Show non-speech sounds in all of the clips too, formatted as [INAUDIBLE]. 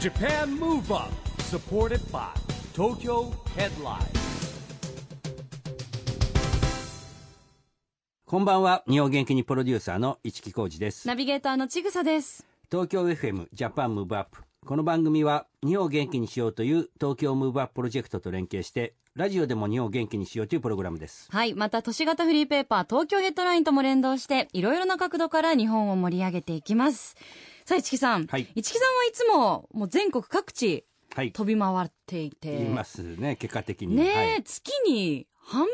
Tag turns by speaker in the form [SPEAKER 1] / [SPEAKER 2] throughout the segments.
[SPEAKER 1] Japan Move Up supported by Tokyo Headline
[SPEAKER 2] こんばんは日本元気にプロデューサーの市木浩司です
[SPEAKER 3] ナビゲーターのちぐさです。
[SPEAKER 2] 東京 FM ジャパンムーブアップこの番組は日本を元気にしようという東京ムーブアッププロジェクトと連携してラジオでも日本を元気にしようというプログラムです
[SPEAKER 3] はい。また、都市型フリーペーパー、東京ヘッドラインとも連動して、いろいろな角度から日本を盛り上げていきます。さあ、市木さん。
[SPEAKER 2] はい
[SPEAKER 3] 市木さんはいつも、もう全国各地、
[SPEAKER 2] はい
[SPEAKER 3] 飛び回っていて。
[SPEAKER 2] 言いますね結果的に
[SPEAKER 3] ねえ、
[SPEAKER 2] はい、
[SPEAKER 3] 月に半分ぐ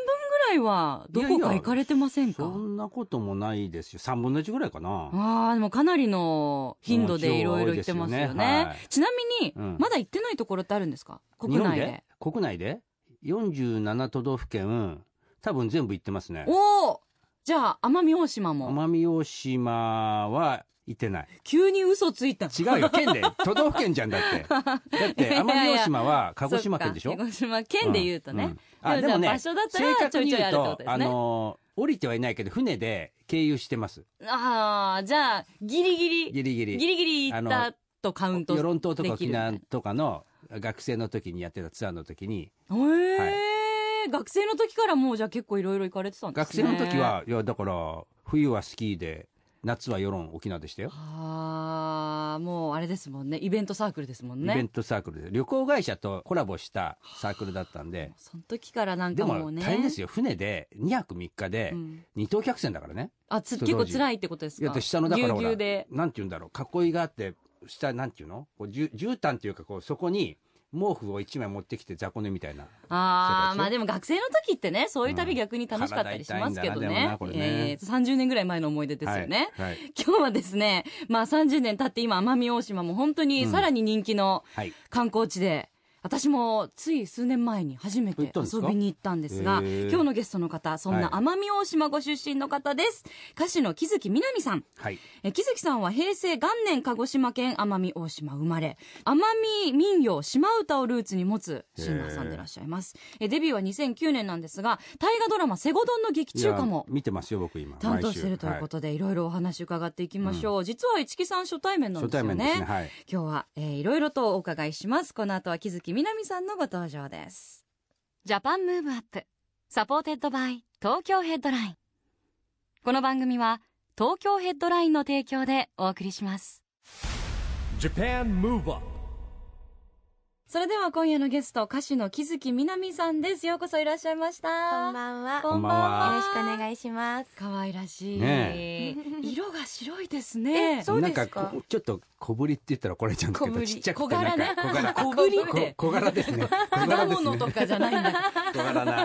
[SPEAKER 3] らいは、どこ
[SPEAKER 2] いや
[SPEAKER 3] か
[SPEAKER 2] いや
[SPEAKER 3] 行かれてませんか
[SPEAKER 2] そんなこともないですよ3分の1ぐらいかな
[SPEAKER 3] ああ、でもかなりの頻度でいろいろ行ってます
[SPEAKER 2] うん地方は多いですよ
[SPEAKER 3] よね。
[SPEAKER 2] ねはい
[SPEAKER 3] ちなみに、
[SPEAKER 2] うん
[SPEAKER 3] まだ行ってないところってあるんですか国内で。
[SPEAKER 2] 日本国内で47都道府県多分全部行ってますね
[SPEAKER 3] おおじゃあ、奄美大島も。
[SPEAKER 2] 奄美大島は行ってない
[SPEAKER 3] 急に嘘ついた。
[SPEAKER 2] 違うよ県
[SPEAKER 3] [LAUGHS]
[SPEAKER 2] で都道府県じゃんだってだって奄美大島は鹿児島県でしょ
[SPEAKER 3] そっか鹿児島県で言うとね。
[SPEAKER 2] んんあ
[SPEAKER 3] でも
[SPEAKER 2] でもね
[SPEAKER 3] じゃあ場所だった
[SPEAKER 2] 正
[SPEAKER 3] らちょ
[SPEAKER 2] 確
[SPEAKER 3] い
[SPEAKER 2] に
[SPEAKER 3] ちょいあ
[SPEAKER 2] 言う
[SPEAKER 3] るってこととです
[SPEAKER 2] あ
[SPEAKER 3] ね。
[SPEAKER 2] の降りてはいないけど船で経由してます
[SPEAKER 3] ああ、じゃあ、ギリギリ、ギ
[SPEAKER 2] ギリギリ
[SPEAKER 3] リギリ行ったとカウント。
[SPEAKER 2] 与論島とか
[SPEAKER 3] でき
[SPEAKER 2] 沖
[SPEAKER 3] る
[SPEAKER 2] 縄とかの学生の時にやってたツアーの時に
[SPEAKER 3] へえ、学生の時からもうじゃあ結構いろいろ行かれてたんで
[SPEAKER 2] 学
[SPEAKER 3] すね。
[SPEAKER 2] 生の時。はいやだから冬はスキーで夏は与論沖縄でしたよ
[SPEAKER 3] ああ、もうあれですもんね。イベントサークルですもん
[SPEAKER 2] イベン
[SPEAKER 3] ね。
[SPEAKER 2] トサークルで旅行会社とコラボしたサークルだったんで
[SPEAKER 3] その時からなん
[SPEAKER 2] で
[SPEAKER 3] かも
[SPEAKER 2] も
[SPEAKER 3] うね。
[SPEAKER 2] 大変です
[SPEAKER 3] よ。
[SPEAKER 2] よ船で2泊3日で二等客船だからね
[SPEAKER 3] あつ
[SPEAKER 2] 当
[SPEAKER 3] 結
[SPEAKER 2] 時
[SPEAKER 3] 構辛いってことですか
[SPEAKER 2] いやで下のだからほ
[SPEAKER 3] ぎゅうぎゅう
[SPEAKER 2] ら
[SPEAKER 3] で。
[SPEAKER 2] なんていうんだろう囲いがあって下なんていうのこうじゅ絨毯っていうかこうそこに毛布を1枚持ってきて雑魚寝みたいな
[SPEAKER 3] あ
[SPEAKER 2] そうだでしょ
[SPEAKER 3] あ、まあでも学生の時ってね、そういう旅逆に楽しかったりしますけ
[SPEAKER 2] 体痛
[SPEAKER 3] ど
[SPEAKER 2] いんだなでも
[SPEAKER 3] ね
[SPEAKER 2] なこ。れね
[SPEAKER 3] えー30年ぐらい前の思い出ですよね。
[SPEAKER 2] はい、はい
[SPEAKER 3] [LAUGHS] 今日はですね、まあ30年経って今奄美大島も本当にさらに人気の
[SPEAKER 2] はい
[SPEAKER 3] 観光地で、私もつい数年前に初めて
[SPEAKER 2] 行ったんです
[SPEAKER 3] 遊
[SPEAKER 2] か
[SPEAKER 3] びに行ったんですが、
[SPEAKER 2] へー
[SPEAKER 3] 今日のゲストの方、そんな
[SPEAKER 2] はい
[SPEAKER 3] 奄美大島ご出身の方です。歌手の木月みなみさん。
[SPEAKER 2] はい
[SPEAKER 3] え木月さんは平成元年鹿児島県奄美大島生まれ奄美民謡島唄をルーツに持つシンガーさんでいらっしゃいますえデビューは2009年なんですが大河ドラマ「セゴドン」の劇中歌も
[SPEAKER 2] いや見てますよ僕今、
[SPEAKER 3] 担当しているということとで、い、ろいろお話伺っていきましょう、実は市木さん初対面な
[SPEAKER 2] はい
[SPEAKER 3] ん
[SPEAKER 2] 初
[SPEAKER 3] ですよ
[SPEAKER 2] 対
[SPEAKER 3] ね
[SPEAKER 2] 面ですねはい
[SPEAKER 3] 今日は、えーいろいろとお伺いしますこの後は木月みなみさんのご登場ですジャパンムーブアップサポーテッドバイ東京ヘッドラインこの番組は東京ヘッドラインの提供でお送りします
[SPEAKER 1] Japan Move Up
[SPEAKER 3] それでは今夜のゲスト歌手の木月みなみさんですようこそいらっしゃいました
[SPEAKER 4] こんばんは。よ
[SPEAKER 2] こんばんは
[SPEAKER 4] ろしくお
[SPEAKER 3] い
[SPEAKER 4] 願いします。
[SPEAKER 3] 可愛らしい、
[SPEAKER 2] ね
[SPEAKER 3] 色が白いですね
[SPEAKER 4] えそうですか
[SPEAKER 2] なんかこちょっと小ぶりって言ったらこれちゃうんだけ
[SPEAKER 4] 小ぶ
[SPEAKER 2] ど
[SPEAKER 4] り
[SPEAKER 2] ちっちゃく
[SPEAKER 3] 小
[SPEAKER 2] てな
[SPEAKER 3] 柄
[SPEAKER 2] ん
[SPEAKER 3] ね
[SPEAKER 2] か小柄
[SPEAKER 3] 小ぶりっ
[SPEAKER 2] こ
[SPEAKER 3] て
[SPEAKER 2] 小柄ですね小柄
[SPEAKER 3] 果
[SPEAKER 2] です
[SPEAKER 3] 物
[SPEAKER 2] ね
[SPEAKER 3] とかじゃない
[SPEAKER 2] [LAUGHS]
[SPEAKER 3] んだ
[SPEAKER 2] 小柄な、え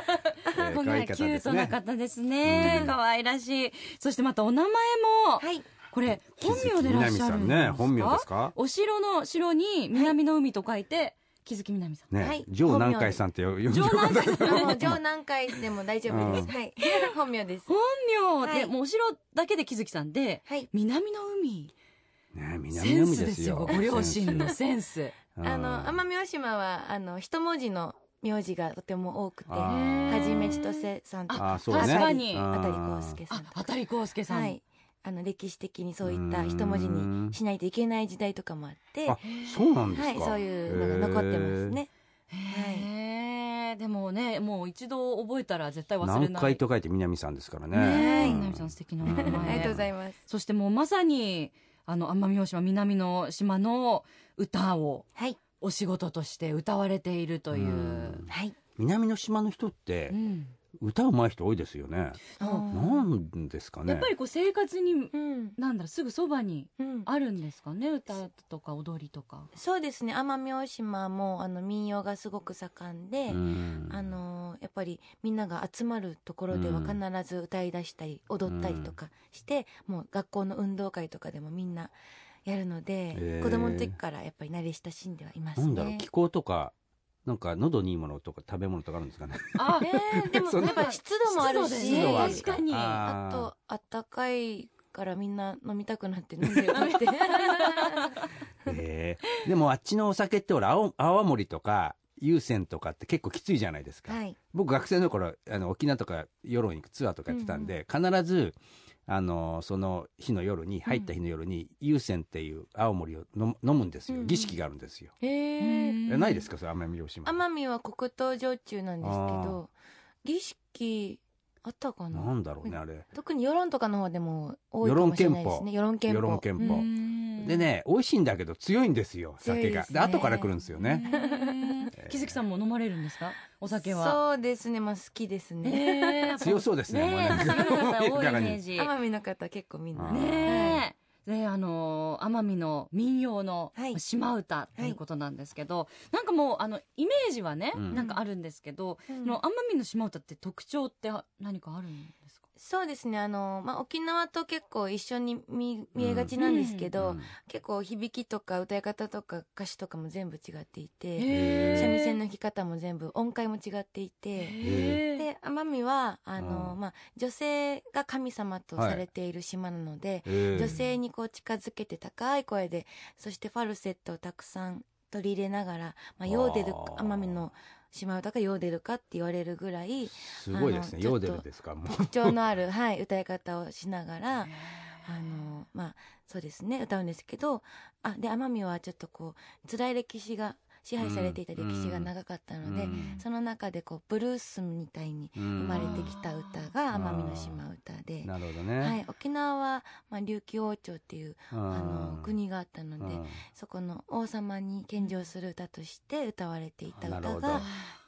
[SPEAKER 2] ー
[SPEAKER 3] [LAUGHS] こん
[SPEAKER 2] 可愛
[SPEAKER 3] ないキ
[SPEAKER 2] 方
[SPEAKER 3] ュ
[SPEAKER 2] で
[SPEAKER 3] ート
[SPEAKER 2] す
[SPEAKER 3] な
[SPEAKER 2] ね
[SPEAKER 3] 方ですね。可愛らしい。そしてまたお名前も、
[SPEAKER 4] はい。
[SPEAKER 3] これ、
[SPEAKER 2] 木
[SPEAKER 3] 本
[SPEAKER 2] 月
[SPEAKER 3] 名でいらっしゃるんです
[SPEAKER 2] みなみさ
[SPEAKER 3] か
[SPEAKER 2] んね本名ですか
[SPEAKER 3] お城の城に、南の海と書いて、木月みなみさん。
[SPEAKER 2] ね、
[SPEAKER 4] はい
[SPEAKER 2] 上南海さんって呼んで
[SPEAKER 3] 城
[SPEAKER 2] よかっ
[SPEAKER 3] 南
[SPEAKER 2] た
[SPEAKER 3] 海さん
[SPEAKER 4] あの、上南海でも大丈夫です。はい。本名です。
[SPEAKER 3] 本名
[SPEAKER 4] は
[SPEAKER 3] で、
[SPEAKER 4] い
[SPEAKER 3] もうお城だけで木月さんで、
[SPEAKER 4] はい。
[SPEAKER 3] 南の海。
[SPEAKER 2] ね
[SPEAKER 3] セ
[SPEAKER 2] 南の
[SPEAKER 3] ン
[SPEAKER 2] 海
[SPEAKER 3] ス
[SPEAKER 2] で
[SPEAKER 3] ですすよ。
[SPEAKER 2] よ
[SPEAKER 3] ご両親のセンス。
[SPEAKER 4] あの、
[SPEAKER 2] ま
[SPEAKER 4] 奄美大島は、あの、一文字の名字がとても多くて、
[SPEAKER 2] あ
[SPEAKER 4] は
[SPEAKER 2] ー
[SPEAKER 4] じめちとせさんとか、
[SPEAKER 2] あーそうね
[SPEAKER 4] あたり
[SPEAKER 3] 確かに
[SPEAKER 4] あたりこうすけさ
[SPEAKER 3] あ
[SPEAKER 4] んと、
[SPEAKER 3] あ
[SPEAKER 4] か。
[SPEAKER 3] たりこうすけさん。
[SPEAKER 4] はい。あの、歴史的にそういった一文字にしないといけない時代とかもあって、
[SPEAKER 2] あ
[SPEAKER 4] は
[SPEAKER 2] そうなんですか、
[SPEAKER 4] い、そういうのが残ってますね。
[SPEAKER 3] へえ。でもね、もう一度覚えたら絶対
[SPEAKER 2] へ
[SPEAKER 3] 忘
[SPEAKER 2] ー
[SPEAKER 3] れない。
[SPEAKER 2] 南海と書いて南さんですからね
[SPEAKER 3] ねえ、
[SPEAKER 2] う
[SPEAKER 3] みなみさん素敵なお名
[SPEAKER 2] うん
[SPEAKER 3] 前。
[SPEAKER 4] [LAUGHS] ありがとうございます。
[SPEAKER 3] そしてもうまさに、あの、奄美大島、南の島の歌を
[SPEAKER 4] はい。
[SPEAKER 3] お仕事として歌われているという。
[SPEAKER 2] うん
[SPEAKER 4] はい。
[SPEAKER 2] 南の島の人って
[SPEAKER 3] うん
[SPEAKER 2] 歌うまい人多いですよね、なんですかね
[SPEAKER 3] やっぱりこう生活に、
[SPEAKER 4] うん。
[SPEAKER 3] なんだろう、すぐそばに
[SPEAKER 4] うん。
[SPEAKER 3] あるんですかね、歌とか踊りとか。
[SPEAKER 4] そうですね。奄美大島も、あの、民謡がすごく盛んで、
[SPEAKER 2] うん
[SPEAKER 4] あのーやっぱりみんなが集まるところでは必ず歌い出したり踊ったりとかして、もう学校の運動会とかでもみんなやるので、
[SPEAKER 2] へー
[SPEAKER 4] 子供の時からやっぱり慣れ親しんではいます
[SPEAKER 2] な
[SPEAKER 4] ね。
[SPEAKER 2] んだろう気候とかなんか喉にいいものとか食べ物 [LAUGHS] とかあるんです
[SPEAKER 4] [LAUGHS]
[SPEAKER 2] かね
[SPEAKER 3] あ
[SPEAKER 4] えーでも
[SPEAKER 2] そんな
[SPEAKER 4] やっぱ湿度もあるし、
[SPEAKER 3] 湿度はある確かに
[SPEAKER 4] あ
[SPEAKER 2] あ
[SPEAKER 4] とあったかいからみんな飲みたくなって飲んでる
[SPEAKER 2] [LAUGHS]
[SPEAKER 4] なって。
[SPEAKER 2] ーへーでもあっちのお酒ってほら青泡盛とか優先とかって結構きついじゃないですか、
[SPEAKER 4] はい。
[SPEAKER 2] 僕学生の頃あの沖縄とか世論行くツアーとかやってたんで、必ずあのその日の夜に入った日の夜に優先っていう青森を飲む飲むんですよ、
[SPEAKER 4] うんうん
[SPEAKER 2] 儀式があるんですよ、
[SPEAKER 4] へえ
[SPEAKER 3] うん
[SPEAKER 2] えないですかそれ奄美大島
[SPEAKER 4] 奄美は黒糖焼酎なんですけど儀式あったかな
[SPEAKER 2] なんだろうねあれ
[SPEAKER 4] 特に世論とかの方でも多いかもしれないですね世論憲
[SPEAKER 2] 世
[SPEAKER 4] 法
[SPEAKER 2] 論憲法、
[SPEAKER 3] うん
[SPEAKER 2] でね美味しいんだけど強いんですよ
[SPEAKER 4] 強い
[SPEAKER 2] 酒
[SPEAKER 4] で
[SPEAKER 2] が
[SPEAKER 4] す
[SPEAKER 2] で
[SPEAKER 4] ね
[SPEAKER 2] 後から来るんですよね、 [LAUGHS]
[SPEAKER 3] うん木月さんも飲まれるんですかお酒は
[SPEAKER 4] そうですねまあ好きですね
[SPEAKER 3] ねえ
[SPEAKER 2] 強そうですねもう
[SPEAKER 3] ねえ
[SPEAKER 2] なんか
[SPEAKER 3] 朝の
[SPEAKER 4] [LAUGHS]
[SPEAKER 3] 方
[SPEAKER 2] [LAUGHS]
[SPEAKER 3] 多いイメージ
[SPEAKER 4] 奄美の方結構みんな
[SPEAKER 2] あー
[SPEAKER 3] ねえであのー奄美の民謡の
[SPEAKER 4] はい
[SPEAKER 3] 島唄ということなんですけど、なんかもうあのイメージはね、
[SPEAKER 2] うん
[SPEAKER 3] なんかあるんですけど、
[SPEAKER 4] うん
[SPEAKER 3] その奄美の島唄って特徴って何かあるんですか
[SPEAKER 4] そうですねあの、まあ、沖縄と結構一緒に見見えがちなんですけど、
[SPEAKER 2] うん
[SPEAKER 4] 結構響きとか歌い方とか歌詞とかも全部違っていて
[SPEAKER 2] へえ
[SPEAKER 4] 三味線の弾き方も全部音階も違っていて。
[SPEAKER 3] へえ
[SPEAKER 4] で奄美はあの、
[SPEAKER 2] うん
[SPEAKER 4] まあ、女性が神様とされている島なので、
[SPEAKER 2] ええ
[SPEAKER 4] 女性にこう近づけて高い声でそしてファルセットをたくさん取り入れながら、まあ、ヨーデル
[SPEAKER 2] あー
[SPEAKER 4] 奄美の島唄かヨーデルかって言われるぐらい
[SPEAKER 2] すごいですね
[SPEAKER 4] あの
[SPEAKER 2] ヨーデルですかもう
[SPEAKER 4] 特徴の
[SPEAKER 2] [LAUGHS]
[SPEAKER 4] ある、はい、歌い方をしながらあの、まあ、そうですね歌うんですけどあで奄美はちょっとこう辛い歴史が支配されていた歴史が長かったので、
[SPEAKER 2] うん
[SPEAKER 4] その中でこうブルースみたいに
[SPEAKER 2] 生
[SPEAKER 4] 生まれてきた歌が奄美の島歌で、
[SPEAKER 2] なるほどね、
[SPEAKER 4] はい、沖縄は、まあ、琉球王朝っていう
[SPEAKER 2] あ
[SPEAKER 4] あの国があったのでそこの王様に献上する歌として歌われていた
[SPEAKER 2] なる
[SPEAKER 4] 歌
[SPEAKER 2] ほど
[SPEAKER 4] が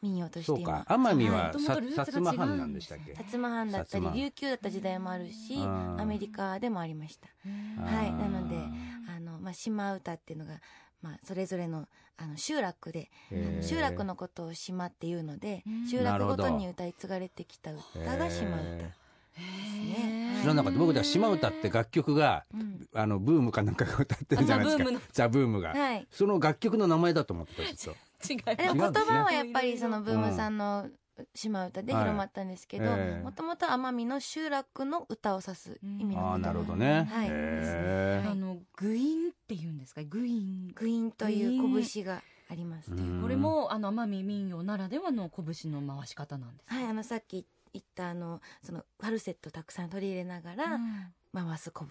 [SPEAKER 4] 民謡とし
[SPEAKER 2] そ
[SPEAKER 4] て
[SPEAKER 2] うか
[SPEAKER 4] 今
[SPEAKER 2] 奄美は
[SPEAKER 3] は
[SPEAKER 2] さ
[SPEAKER 3] い元々ルーツが
[SPEAKER 2] 薩摩藩なんでしたっけ
[SPEAKER 4] 薩摩藩だった
[SPEAKER 2] 薩
[SPEAKER 4] り
[SPEAKER 2] 摩
[SPEAKER 4] 琉球だった時代もあるし
[SPEAKER 2] うん
[SPEAKER 4] アメリカでもありました
[SPEAKER 2] あー
[SPEAKER 4] はいなのであの、まあ、島唄っていうのが、まあ、それぞれのあの集落であの
[SPEAKER 2] へー
[SPEAKER 4] 集落のことを島っていうので
[SPEAKER 3] うん
[SPEAKER 4] 集落ごと
[SPEAKER 2] なるほ
[SPEAKER 4] に
[SPEAKER 2] ど
[SPEAKER 4] 歌い継がれてきた歌が島
[SPEAKER 2] へ
[SPEAKER 4] 唄
[SPEAKER 2] ー
[SPEAKER 4] ですね
[SPEAKER 2] 知らなかった僕では島唄って楽曲が
[SPEAKER 4] うん
[SPEAKER 2] あのブームかなんかが歌ってるじゃないですか
[SPEAKER 3] あザブームの
[SPEAKER 2] ザブームが、
[SPEAKER 4] はい
[SPEAKER 2] その楽曲の名前だと思ってたずっと
[SPEAKER 3] 違い
[SPEAKER 4] で
[SPEAKER 2] 違う
[SPEAKER 4] も
[SPEAKER 2] んで
[SPEAKER 4] 言
[SPEAKER 2] すね
[SPEAKER 4] 葉はやっぱりそのブームさんの島唄で広まったんですけど
[SPEAKER 2] はいええ
[SPEAKER 4] もともと奄美の集落の歌を指す意味の
[SPEAKER 2] ああー
[SPEAKER 4] こと
[SPEAKER 2] な
[SPEAKER 4] な
[SPEAKER 2] る
[SPEAKER 4] の
[SPEAKER 2] ほ
[SPEAKER 4] で
[SPEAKER 2] どね、
[SPEAKER 4] はいですね
[SPEAKER 2] へ
[SPEAKER 4] はい
[SPEAKER 3] あのグインって言うんですかグイン
[SPEAKER 4] グイーンという拳があります
[SPEAKER 2] う
[SPEAKER 4] ね
[SPEAKER 2] ん
[SPEAKER 3] これもあの奄美民謡ならではの拳の回し方なんですか
[SPEAKER 4] はいあのさっき言ったあのそのファルセットをたくさん取り入れなが
[SPEAKER 3] う
[SPEAKER 4] ら
[SPEAKER 3] ん
[SPEAKER 4] 回す拳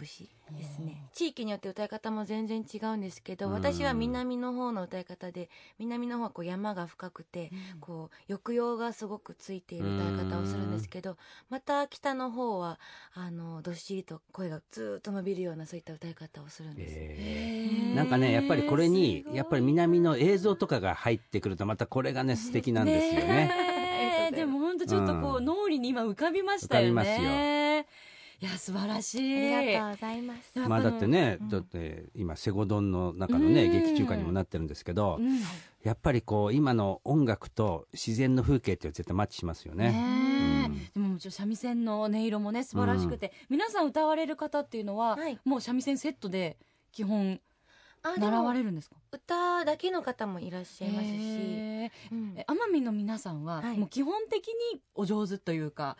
[SPEAKER 4] ですね地域によって歌い方も全然違うんですけど私は
[SPEAKER 2] うん
[SPEAKER 4] 南の方の歌い方で南の方はこう山が深くて
[SPEAKER 3] うん
[SPEAKER 4] こう抑揚がすごくついている歌い方をするんですけどまた北の方はあのどっしりと声がずーっと伸びるようなそういった歌い方をするんです、
[SPEAKER 2] え
[SPEAKER 4] へー
[SPEAKER 2] なんかねやっぱりこれに
[SPEAKER 3] すごい
[SPEAKER 2] やっぱり南の映像とかが入ってくるとまたこれがね素敵なんですよね
[SPEAKER 3] ねえでも本当ちょっとこう、
[SPEAKER 2] うん
[SPEAKER 3] 脳裏に今浮かびましたよね
[SPEAKER 2] 浮かびますよ
[SPEAKER 3] いや素晴らし
[SPEAKER 4] あ
[SPEAKER 3] い
[SPEAKER 4] りがとうございます、
[SPEAKER 3] やっぱ
[SPEAKER 2] まあだってね、
[SPEAKER 3] うん
[SPEAKER 2] だって今セゴドンの中のね、
[SPEAKER 3] うん
[SPEAKER 2] 劇中歌にもなってるんですけど、
[SPEAKER 3] うん
[SPEAKER 2] やっぱりこう今の音楽と自然の風景って絶対マッチしますよね
[SPEAKER 3] ね
[SPEAKER 2] うん
[SPEAKER 3] えでももちろん三味線の音色もね素晴らしくて、皆さん歌われる方っていうのは、
[SPEAKER 4] はい
[SPEAKER 3] もう三味線セットで基本
[SPEAKER 4] あで
[SPEAKER 3] 習わ
[SPEAKER 4] も
[SPEAKER 3] れるんですか
[SPEAKER 4] 歌だけの方もいらっしゃいますし、
[SPEAKER 3] へえ
[SPEAKER 4] うん
[SPEAKER 3] え奄美の皆さんは、
[SPEAKER 4] はい
[SPEAKER 3] もう基本的にお上手というか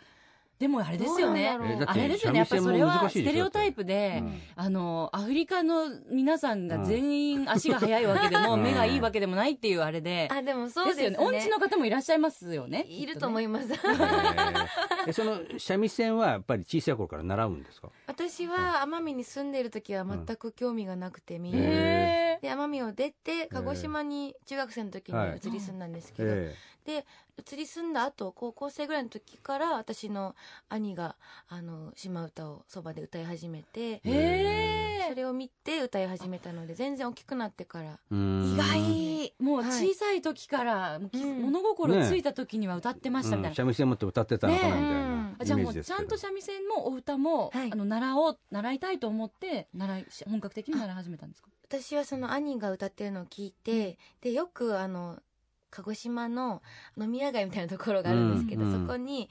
[SPEAKER 3] でもあれですよね
[SPEAKER 4] どうなんだろう
[SPEAKER 2] えだっ
[SPEAKER 3] あ
[SPEAKER 2] て
[SPEAKER 3] れですよねやっぱりそれはステレオタイプで、
[SPEAKER 2] うん
[SPEAKER 3] あのアフリカの皆さんが全員足が速いわけでも、
[SPEAKER 2] うん
[SPEAKER 3] 目がいいわけでもないっていうあれで、
[SPEAKER 4] あでもそうです
[SPEAKER 3] よ
[SPEAKER 4] ね
[SPEAKER 3] ね音痴の方もいらっしゃいますよね
[SPEAKER 4] いると思
[SPEAKER 3] い
[SPEAKER 4] います、
[SPEAKER 2] へーえその三味線はやっぱり小さい頃から習うんですか
[SPEAKER 4] 私は奄美に住んでる時は全く興味がなくて、みんな
[SPEAKER 2] へえ
[SPEAKER 4] で奄美を出て鹿児島に中学生の時に
[SPEAKER 2] はい
[SPEAKER 4] 移り住んだんですけど、
[SPEAKER 2] え
[SPEAKER 4] で移り住んだ後高校生ぐらいの時から私の兄があの島唄をそばで歌い始めて
[SPEAKER 2] え
[SPEAKER 4] それを見て歌い始めたので全然大きくなってから
[SPEAKER 2] うん
[SPEAKER 3] 意外もう
[SPEAKER 4] は
[SPEAKER 3] 小
[SPEAKER 4] い
[SPEAKER 3] さい時から、もうき
[SPEAKER 4] うん
[SPEAKER 3] 物心ついた時には歌ってましたみた
[SPEAKER 2] うん
[SPEAKER 3] いな、
[SPEAKER 2] 三味線持って歌ってたのかなみたい
[SPEAKER 4] ね
[SPEAKER 2] な
[SPEAKER 3] あ
[SPEAKER 2] イ
[SPEAKER 3] じゃあ
[SPEAKER 2] メ
[SPEAKER 3] も
[SPEAKER 2] ージ
[SPEAKER 3] う
[SPEAKER 2] です
[SPEAKER 3] ち
[SPEAKER 2] けど
[SPEAKER 3] ゃんと三味線もお歌も、
[SPEAKER 4] はい
[SPEAKER 3] あの習おう習いたいと思って習いし本格的に習い始めたんですか
[SPEAKER 4] 私はその兄が歌ってるのを聞いてでよくあの鹿児島の飲み屋街みたいなところがあるんですけど、
[SPEAKER 2] うん
[SPEAKER 4] そこに、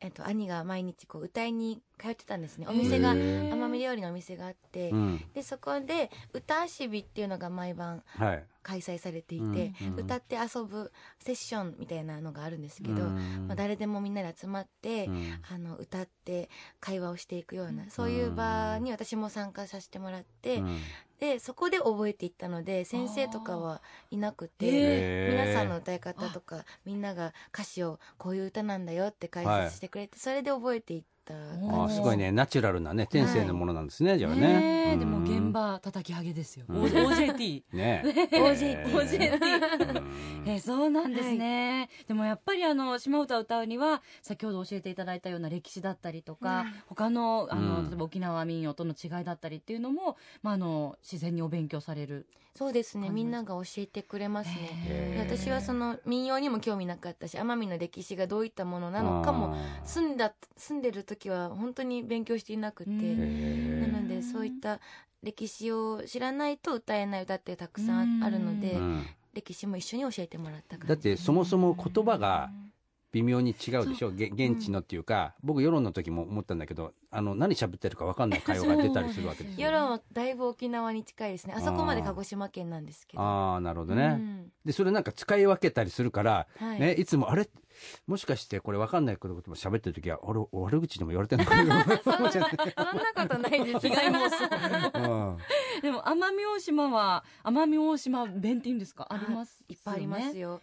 [SPEAKER 4] えっと、兄が毎日こう歌いに通ってたんですねお
[SPEAKER 3] と
[SPEAKER 4] 店が
[SPEAKER 2] へ
[SPEAKER 3] え
[SPEAKER 2] ー
[SPEAKER 4] 奄美料理のお店があって、
[SPEAKER 2] うん
[SPEAKER 4] でそこで歌あしびっていうのが毎晩
[SPEAKER 2] はい
[SPEAKER 4] 開催されていて、
[SPEAKER 2] うん
[SPEAKER 4] 歌って遊ぶセッションみたいなのがあるんですけど、
[SPEAKER 2] うん
[SPEAKER 4] まあ、誰でもみんなで集まって、
[SPEAKER 2] うん
[SPEAKER 4] あの歌って会話をしていくような、
[SPEAKER 3] うん
[SPEAKER 4] そういう場に私も参加させてもらって、
[SPEAKER 2] うん
[SPEAKER 4] でそこで覚えていったので先生とかはいなくて。
[SPEAKER 2] へー
[SPEAKER 4] 皆さんの歌い方とかみんなが歌詞をこういう歌なんだよって解説してくれてそれで覚えていっった
[SPEAKER 2] ああすごいねナチュラルなね天性のものなんですね、じゃあね。
[SPEAKER 5] ねえでも
[SPEAKER 2] うん
[SPEAKER 5] 現場叩き上げですよ、
[SPEAKER 2] うん [LAUGHS]
[SPEAKER 5] OJT
[SPEAKER 3] [LAUGHS]
[SPEAKER 2] ね
[SPEAKER 4] OJT
[SPEAKER 2] えうん
[SPEAKER 3] OJT [LAUGHS] えーそうなんですね、でもやっぱりあの島唄を歌うには先ほど教えていただいたような歴史だったりとか、他のあの、
[SPEAKER 2] うん
[SPEAKER 3] 例えば沖縄民謡との違いだったりっていうのも、まあ、あの自然にお勉強される
[SPEAKER 4] そうですね
[SPEAKER 3] 感じ
[SPEAKER 4] みんなが教えてくれますね
[SPEAKER 2] へ
[SPEAKER 4] で
[SPEAKER 2] え
[SPEAKER 4] 私はその民謡にも興味なかったし奄美の歴史がどういったものなのかも
[SPEAKER 2] あー
[SPEAKER 4] 住んだ住んでる時は本当に勉強していなくて
[SPEAKER 3] うん
[SPEAKER 2] へ
[SPEAKER 4] な
[SPEAKER 2] え
[SPEAKER 4] のでそういった歴史を知らないと歌えない歌ってたくさんあるので
[SPEAKER 2] うん
[SPEAKER 4] 歴史も一緒に教えてもらったから
[SPEAKER 2] だってそもそも言葉が微妙に違うでしょげ現地のっていうか、僕世論の時も思ったんだけどあの何喋ってるか分かんない会話が出たりするわけです
[SPEAKER 4] 世
[SPEAKER 2] よ。
[SPEAKER 4] 論はだいぶ沖縄に近いですねあそこまで鹿児島県なんですけど
[SPEAKER 2] ああなるほどね、
[SPEAKER 4] うん
[SPEAKER 2] でそれなんか使い分けたりするから、
[SPEAKER 4] はい
[SPEAKER 2] ね、いつもあれもしかしてこれ分かんないことも喋ってる時は俺悪口でも言われてるのかな
[SPEAKER 4] そんな [LAUGHS] そんなことないです
[SPEAKER 3] 被害妄
[SPEAKER 2] [LAUGHS] うん
[SPEAKER 3] でも奄美大島は奄美大島弁っていうんですかあります
[SPEAKER 4] いっ [LAUGHS] ぱいあります
[SPEAKER 3] よ
[SPEAKER 4] よ。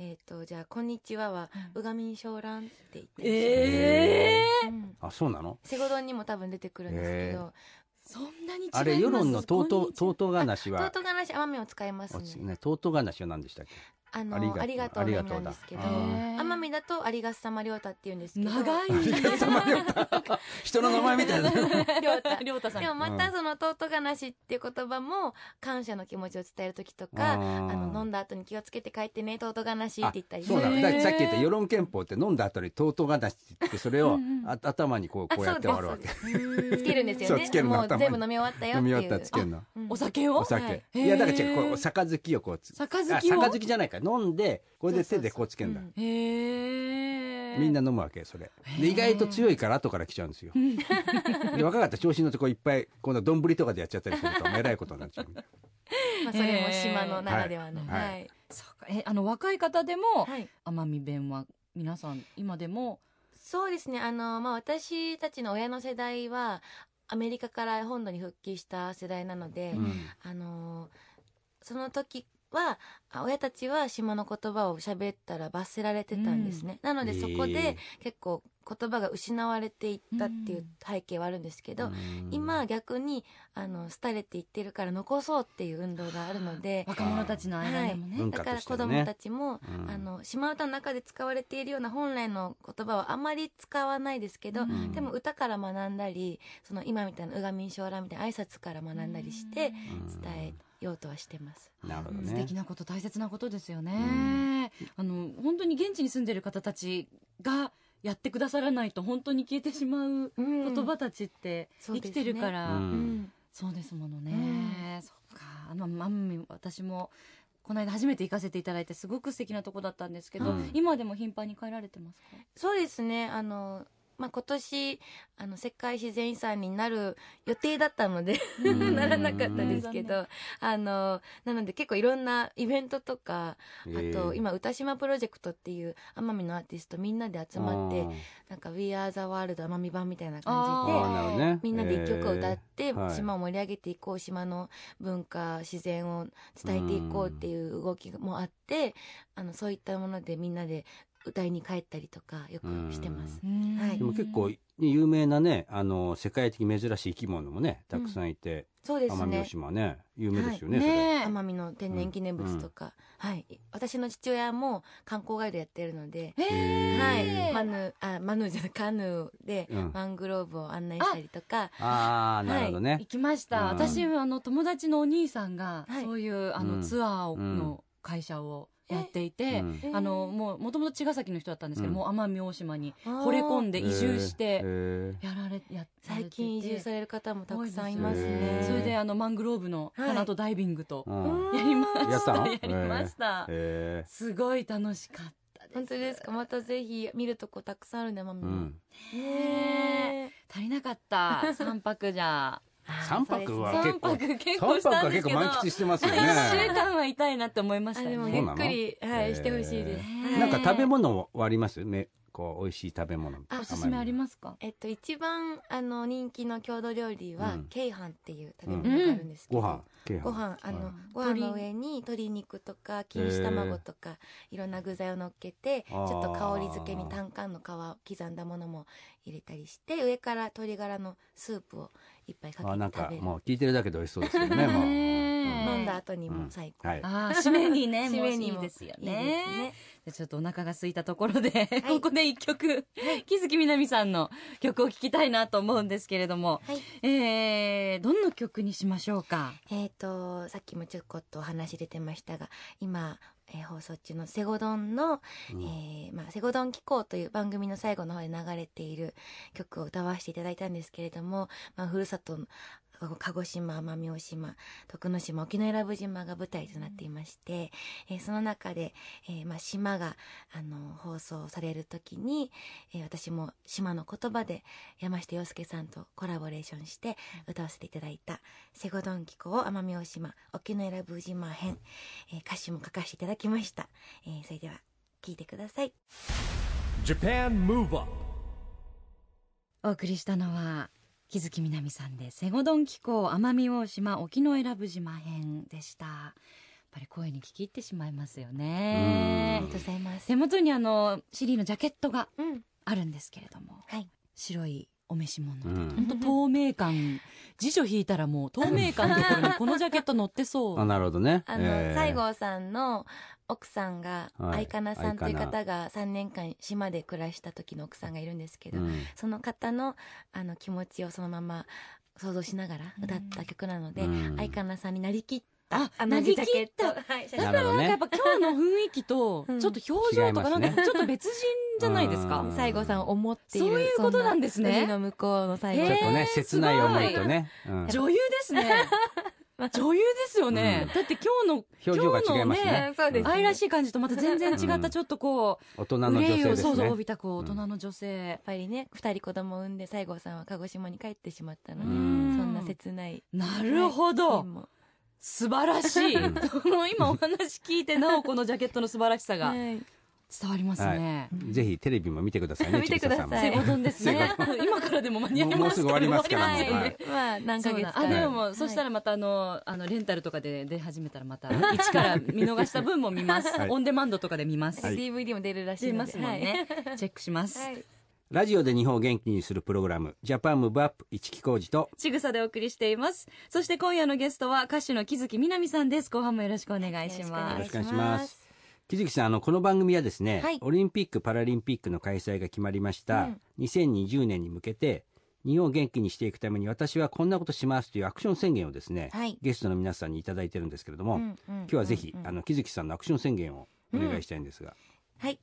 [SPEAKER 4] えっ、とじゃあこんにちははうがみんしょうらんって言って、
[SPEAKER 3] ええ
[SPEAKER 4] うん
[SPEAKER 2] あそうなの
[SPEAKER 4] セゴドンにも多分出てくるんですけど、
[SPEAKER 3] そんなに違います
[SPEAKER 2] あれ世論のとうと
[SPEAKER 3] こん
[SPEAKER 2] う
[SPEAKER 3] にち
[SPEAKER 2] と
[SPEAKER 3] は
[SPEAKER 2] うとうがなし
[SPEAKER 4] とう
[SPEAKER 2] は
[SPEAKER 4] とうがなし奄美を使います
[SPEAKER 2] おつ
[SPEAKER 4] ね。
[SPEAKER 2] ねとうとうがなしは何でしたっけ
[SPEAKER 4] あの
[SPEAKER 2] ありがとう
[SPEAKER 4] ありがとう
[SPEAKER 2] ありがとうだ
[SPEAKER 4] なんですけど、
[SPEAKER 2] あー
[SPEAKER 4] 奄美だとありがっさまりょうたって言うんですけど、
[SPEAKER 3] 長い
[SPEAKER 2] 人の名前み
[SPEAKER 4] [LAUGHS]
[SPEAKER 2] たい
[SPEAKER 3] [LAUGHS]
[SPEAKER 2] な
[SPEAKER 4] りょうた
[SPEAKER 3] りょうたさん
[SPEAKER 4] でもまたそのとうとうがなしっていう言葉も感謝の気持ちを伝える時とか、あの飲んだ後に気をつけて帰ってねとうとうがなしって言ったり、
[SPEAKER 2] そうなの
[SPEAKER 3] へー
[SPEAKER 2] だからさっき言った世論憲法って飲んだ後にとうとうがなしって言ってそれを
[SPEAKER 3] うんうん
[SPEAKER 2] あ頭にこうこうやって
[SPEAKER 4] あ
[SPEAKER 2] 割るわけ
[SPEAKER 4] つけるんですよ
[SPEAKER 2] そう
[SPEAKER 4] ね
[SPEAKER 2] つけ。るの
[SPEAKER 4] もう
[SPEAKER 2] 頭に
[SPEAKER 4] 全部飲み終わったよっ
[SPEAKER 2] 飲
[SPEAKER 4] て
[SPEAKER 2] み
[SPEAKER 4] いう。
[SPEAKER 2] 終わったらつけるの
[SPEAKER 4] うん
[SPEAKER 3] お酒を
[SPEAKER 2] お酒、
[SPEAKER 4] はい
[SPEAKER 2] い、やだから
[SPEAKER 3] へ
[SPEAKER 2] 違
[SPEAKER 3] ー
[SPEAKER 2] うこう杯をこうつあ
[SPEAKER 3] 杯を
[SPEAKER 2] 杯じゃないから飲んでこれで手でこうつけるんだ
[SPEAKER 4] そうそう
[SPEAKER 3] へえ
[SPEAKER 2] みんな飲むわけそれで意外と強いから後から来ちゃうん
[SPEAKER 4] [LAUGHS]
[SPEAKER 2] ですよで若かったら調子に乗ってこういっぱいこんな丼とかでやっちゃったりすると
[SPEAKER 4] [LAUGHS]
[SPEAKER 2] えらいことになっちゃう
[SPEAKER 4] まあ、それも島のならではの、
[SPEAKER 2] はい
[SPEAKER 4] は
[SPEAKER 2] はい
[SPEAKER 3] [LAUGHS] そうかえあの若い方でも
[SPEAKER 4] はい
[SPEAKER 3] 奄美弁は皆さん今でも
[SPEAKER 4] そうですねあの、まあ、私たちの親の世代はアメリカから本土に復帰した世代なので、
[SPEAKER 2] うん
[SPEAKER 4] あのその時はあ親たちは島の言葉を喋ったら罰せられてたんですね、なのでそこ
[SPEAKER 2] え
[SPEAKER 4] で
[SPEAKER 2] え
[SPEAKER 4] 結構言葉が失われていったっていう背景はあるんですけど、
[SPEAKER 2] うん
[SPEAKER 4] 今逆にあの廃れていってるから残そうっていう運動があるので
[SPEAKER 3] 若者たちの間でもね
[SPEAKER 2] 文
[SPEAKER 4] だ
[SPEAKER 2] 化
[SPEAKER 4] か
[SPEAKER 2] と
[SPEAKER 4] ら
[SPEAKER 2] して
[SPEAKER 4] 子
[SPEAKER 2] は
[SPEAKER 4] ど
[SPEAKER 2] ね
[SPEAKER 4] もたちも、
[SPEAKER 2] うん
[SPEAKER 4] あの島唄の中で使われているような本来の言葉はあまり使わないですけど、
[SPEAKER 2] ん
[SPEAKER 4] でも歌から学んだりその今みたいなうがみんしょうらんみたいな挨拶から学んだりして
[SPEAKER 2] うん
[SPEAKER 4] 伝えようとはしてます。
[SPEAKER 2] なるほど
[SPEAKER 3] 素
[SPEAKER 2] ね
[SPEAKER 3] 敵なこと大切なことですよねあの本当に現地に住んでる方たちがやってくださらないと本当に消えてしまう
[SPEAKER 4] 言
[SPEAKER 3] 言葉たちって
[SPEAKER 4] そう
[SPEAKER 3] 生
[SPEAKER 4] です
[SPEAKER 3] き
[SPEAKER 4] ね
[SPEAKER 3] てるか
[SPEAKER 2] う
[SPEAKER 3] ら
[SPEAKER 4] うんん
[SPEAKER 3] そうですものね、
[SPEAKER 4] う
[SPEAKER 3] そうかあのまん私もこの間初めて行かせていただいてすごく素敵なとこだったんですけど、
[SPEAKER 2] うん
[SPEAKER 3] 今でも頻繁に帰られてますか
[SPEAKER 4] そうですねあのまあ、今年あの世界自然遺産になる予定だったので
[SPEAKER 2] うん
[SPEAKER 4] [LAUGHS] ならなかったですけどあのなので結構いろんなイベントとかあと今歌島プロジェクトっていう奄美のアーティストみんなで集まってなんか「We Are the World 奄美版」みたいな
[SPEAKER 2] あ
[SPEAKER 4] 感
[SPEAKER 2] ーあー
[SPEAKER 4] じで
[SPEAKER 2] なるほどね
[SPEAKER 4] みんなで一曲を歌っ
[SPEAKER 2] え
[SPEAKER 4] て
[SPEAKER 2] ーはい
[SPEAKER 4] 島を盛り上げていこう島の文化自然を伝えていこうっていう動きもあってあのそういったものでみんなで歌いに帰ったりとかよくしてます。はい
[SPEAKER 2] でも結構有名なねあの世界的珍しい生き物もねたくさんいて、
[SPEAKER 4] そうです
[SPEAKER 2] 奄美大
[SPEAKER 4] ね
[SPEAKER 2] 島はね有名ですよね,、
[SPEAKER 3] ね
[SPEAKER 4] 奄美の天然記念物とか、はい、私の父親も観光ガイドやってるので、
[SPEAKER 2] そ
[SPEAKER 3] え
[SPEAKER 2] れ
[SPEAKER 3] へえ
[SPEAKER 2] へー
[SPEAKER 4] はい、マヌーあマヌーじゃないカヌーで
[SPEAKER 2] うん
[SPEAKER 4] マングローブを案内したりとか、
[SPEAKER 2] ああなるほどね、
[SPEAKER 3] 行きました、
[SPEAKER 2] うん
[SPEAKER 3] 私あの友達のお兄さんが、
[SPEAKER 4] はい
[SPEAKER 3] そういうあの、
[SPEAKER 2] うん
[SPEAKER 3] ツアーを
[SPEAKER 2] うん
[SPEAKER 3] の会社をやっていて、
[SPEAKER 2] うん
[SPEAKER 4] うん
[SPEAKER 3] あのもうもともと茅ヶ崎の人だったんですけど、
[SPEAKER 2] うん
[SPEAKER 3] もう奄美大島に惚れ込んで移住して
[SPEAKER 2] へーへー
[SPEAKER 3] やられやられてて
[SPEAKER 4] 最近移住される方もたくさんいます
[SPEAKER 2] 多い
[SPEAKER 4] ね
[SPEAKER 2] で。す
[SPEAKER 3] そ
[SPEAKER 2] よ
[SPEAKER 3] れであのマングローブの花とダイビングと、
[SPEAKER 2] うん
[SPEAKER 3] やりました
[SPEAKER 2] やったの
[SPEAKER 3] やりました、
[SPEAKER 2] へ
[SPEAKER 3] すごい楽しかったです
[SPEAKER 4] 本当ですかまたぜひ見るとこたくさんあるねマミ
[SPEAKER 2] ーう
[SPEAKER 4] も、
[SPEAKER 2] ん、
[SPEAKER 3] ね足りなかった3泊じゃ
[SPEAKER 2] 三泊は結
[SPEAKER 3] 3
[SPEAKER 2] 構
[SPEAKER 3] 泊結構
[SPEAKER 2] 三泊
[SPEAKER 3] したん
[SPEAKER 2] は
[SPEAKER 3] で
[SPEAKER 2] 結
[SPEAKER 3] すけ
[SPEAKER 2] 構
[SPEAKER 3] ど
[SPEAKER 2] 満喫してますよ
[SPEAKER 3] 1週
[SPEAKER 2] ね
[SPEAKER 3] 間は痛いなって思いま
[SPEAKER 4] あ
[SPEAKER 3] した
[SPEAKER 4] でも
[SPEAKER 2] そう
[SPEAKER 4] ゆ
[SPEAKER 3] ね
[SPEAKER 2] な
[SPEAKER 4] っ
[SPEAKER 2] の
[SPEAKER 4] くり、はい、してほしいです、
[SPEAKER 2] へ
[SPEAKER 3] ー
[SPEAKER 4] はい
[SPEAKER 2] なんか食べ物はありますめこう美味しい食べ物
[SPEAKER 4] あ
[SPEAKER 3] おすすめあり
[SPEAKER 2] す
[SPEAKER 3] ますか
[SPEAKER 4] えっと一番あの人気の郷土料理は、
[SPEAKER 2] うん
[SPEAKER 4] 鶏飯っていう食べ物があるんですけど、
[SPEAKER 2] ご飯鶏飯
[SPEAKER 4] ご飯あの、
[SPEAKER 2] はい
[SPEAKER 4] ご飯の上に鶏肉とか錦糸卵とか、いろんな具材を乗っけてち
[SPEAKER 2] あー
[SPEAKER 4] ょっと香り付けに炭柑の皮を刻んだものも入れたりして上から鶏ガラのスープをいっぱいかけ
[SPEAKER 2] あなん
[SPEAKER 4] て
[SPEAKER 2] か
[SPEAKER 4] 食べる
[SPEAKER 2] もう聞いてるだけで美味しそうですよねもう
[SPEAKER 3] ねえ
[SPEAKER 4] 飲んだ後にも最
[SPEAKER 2] う
[SPEAKER 4] 高、
[SPEAKER 2] んはい
[SPEAKER 3] ああ、締めにね、
[SPEAKER 4] 締
[SPEAKER 3] [LAUGHS] 締
[SPEAKER 4] め
[SPEAKER 3] め
[SPEAKER 4] に
[SPEAKER 3] に
[SPEAKER 4] も
[SPEAKER 3] いいですよ
[SPEAKER 4] いいです
[SPEAKER 3] ね
[SPEAKER 4] ね。
[SPEAKER 3] じゃあちょっとお腹が空いたところで、ここで一曲、木月みなみさんの曲を聴きたいなと思うんですけれども、
[SPEAKER 4] はい
[SPEAKER 3] えー、どんな曲にしましょうか
[SPEAKER 4] えっ、とさっきもちょこっとお話出てましたが今、えー放送中の「セゴドンの」
[SPEAKER 2] うん
[SPEAKER 4] えーまあ、セゴドン紀行」という番組の最後の方で流れている曲を歌わせていただいたんですけれども、まあ、ふるさとの鹿児島奄美大島徳之島沖永良部島が舞台となっていまして、えーその中で、えーまあ、島があの放送される時に、えー私も島の言葉で山下洋介さんとコラボレーションして歌わせていただいたセゴドン紀行奄美大島沖永良部島編、えー歌詞も書かせていただきました、えーそれでは聴いてください
[SPEAKER 1] Japan Move Up
[SPEAKER 3] お送りしたのは、木月みなみさんで、セゴドン気候奄美大島沖永良部島編でした。やっぱり声に聞き入ってしまいますよ
[SPEAKER 4] あ
[SPEAKER 3] ね
[SPEAKER 4] りが。とうございます
[SPEAKER 3] 手元にあの、シリーのジャケットが
[SPEAKER 4] うん
[SPEAKER 3] あるんですけれども、
[SPEAKER 4] はい
[SPEAKER 3] 白いお召し物
[SPEAKER 2] う。ん、
[SPEAKER 5] 本当透明感辞書引いたらもう透明感のところにこのジャケット載ってそ
[SPEAKER 2] [LAUGHS] あ
[SPEAKER 5] う
[SPEAKER 2] なるほどね
[SPEAKER 4] あの、
[SPEAKER 2] えー
[SPEAKER 4] 西郷さんの奥さんが、
[SPEAKER 2] はい
[SPEAKER 4] 相かなさんという
[SPEAKER 2] 相方
[SPEAKER 4] 方が3年間島で暮らした時の奥さんがいるんですけど、
[SPEAKER 2] うん
[SPEAKER 4] その方のあの気持ちをそのまま想像しながら歌った曲なので、
[SPEAKER 2] うん
[SPEAKER 4] 相かなさんになりきった、
[SPEAKER 3] あ
[SPEAKER 4] あ
[SPEAKER 3] な
[SPEAKER 4] のジ
[SPEAKER 3] りき
[SPEAKER 4] ャ
[SPEAKER 3] った
[SPEAKER 4] ケット、はい、写
[SPEAKER 2] な
[SPEAKER 4] 真
[SPEAKER 2] るほ
[SPEAKER 5] な
[SPEAKER 2] ど
[SPEAKER 5] んかやっ
[SPEAKER 2] ね
[SPEAKER 5] ぱ今日の雰囲気と
[SPEAKER 4] うん
[SPEAKER 5] ちょっと表情と
[SPEAKER 2] 違いま
[SPEAKER 5] か
[SPEAKER 2] す
[SPEAKER 5] な
[SPEAKER 2] ね
[SPEAKER 5] んかちょっと別人じゃないですか
[SPEAKER 2] うん
[SPEAKER 4] 西郷さんを思っている
[SPEAKER 5] そういうことなんですね
[SPEAKER 4] そな海の向こうの西
[SPEAKER 2] ちょ
[SPEAKER 4] 郷
[SPEAKER 2] っ
[SPEAKER 4] さん、
[SPEAKER 2] とね、
[SPEAKER 5] えー
[SPEAKER 2] 切ない思いとね、うん
[SPEAKER 5] 女優です [LAUGHS] ね女優ですよね、
[SPEAKER 2] うん
[SPEAKER 5] だって今日の
[SPEAKER 2] 表情が違います
[SPEAKER 5] 今日の
[SPEAKER 2] ね
[SPEAKER 4] うんそうですね
[SPEAKER 5] 愛らしい感じとまた全然違
[SPEAKER 2] う
[SPEAKER 5] っ
[SPEAKER 2] ん
[SPEAKER 5] たちょっとこ
[SPEAKER 2] 大人
[SPEAKER 5] う、
[SPEAKER 2] の女
[SPEAKER 5] 憂
[SPEAKER 2] 性
[SPEAKER 5] い
[SPEAKER 2] で
[SPEAKER 5] を
[SPEAKER 2] す
[SPEAKER 5] そうそう
[SPEAKER 2] ね
[SPEAKER 5] 帯びたこう大人の女性
[SPEAKER 4] やっ、ぱりね2人子供を産んで西郷さんは鹿児島に帰ってしまったので、
[SPEAKER 2] うん
[SPEAKER 4] そんな切ない
[SPEAKER 5] なるほど、
[SPEAKER 4] シーンも
[SPEAKER 5] 素晴らしい、 [LAUGHS]
[SPEAKER 2] うん
[SPEAKER 5] その今お話聞いてなおこのジャケットの素晴らしさが
[SPEAKER 4] はい
[SPEAKER 5] 伝わりますね、
[SPEAKER 2] ぜひテレビも見てくださいね
[SPEAKER 4] [LAUGHS] 見てください
[SPEAKER 2] ちびささんも
[SPEAKER 5] ご存です
[SPEAKER 2] [LAUGHS]
[SPEAKER 5] ね
[SPEAKER 3] [LAUGHS]
[SPEAKER 5] 今からでも間に合います
[SPEAKER 2] もうもうすぐ終わりますから
[SPEAKER 4] [LAUGHS]
[SPEAKER 5] 終わりますよね
[SPEAKER 2] はい
[SPEAKER 4] まあ何
[SPEAKER 5] そ
[SPEAKER 4] ヶ
[SPEAKER 5] う
[SPEAKER 4] 月
[SPEAKER 5] だ
[SPEAKER 4] か
[SPEAKER 5] あでも
[SPEAKER 4] は
[SPEAKER 5] もう
[SPEAKER 4] い
[SPEAKER 5] そしたらまたあのあのレンタルとかで出始めたらまた一から見逃した分も見ます、
[SPEAKER 2] はい
[SPEAKER 5] オンデマンドとかで見ます、
[SPEAKER 2] はい
[SPEAKER 4] DVD も出るらしい
[SPEAKER 5] 出
[SPEAKER 4] の
[SPEAKER 5] ま
[SPEAKER 4] です
[SPEAKER 5] もんね、 [LAUGHS] チェックします、
[SPEAKER 4] はいはい
[SPEAKER 2] ラジオで日本を元気にするプログラム、ジャパンムーブアップ一木工事と、
[SPEAKER 3] ちぐさでお送りしています。そして今夜のゲストは歌手の木月みなみさんです。後半もよろしくお願いし
[SPEAKER 4] よ
[SPEAKER 3] ま
[SPEAKER 2] よ
[SPEAKER 4] ろ
[SPEAKER 2] ろ
[SPEAKER 3] す
[SPEAKER 4] し
[SPEAKER 2] し
[SPEAKER 4] く
[SPEAKER 2] く
[SPEAKER 4] お
[SPEAKER 2] お願
[SPEAKER 4] 願い
[SPEAKER 2] い
[SPEAKER 4] し
[SPEAKER 2] し
[SPEAKER 4] ま
[SPEAKER 2] ますす。木月さん、あの、この番組はですね、
[SPEAKER 4] はい
[SPEAKER 2] オリンピック・パラリンピックの開催が決まりました、
[SPEAKER 4] うん
[SPEAKER 2] 2020年に向けて、日本を元気にしていくために私はこんなことしますというアクション宣言をですね、
[SPEAKER 4] はい
[SPEAKER 2] ゲストの皆さんにいただいてるんですけれども、
[SPEAKER 4] うんうん
[SPEAKER 2] 今日はぜひ、
[SPEAKER 4] うんうん
[SPEAKER 2] あの、木月さんのアクション宣言をお願いしたいんですが、
[SPEAKER 4] はい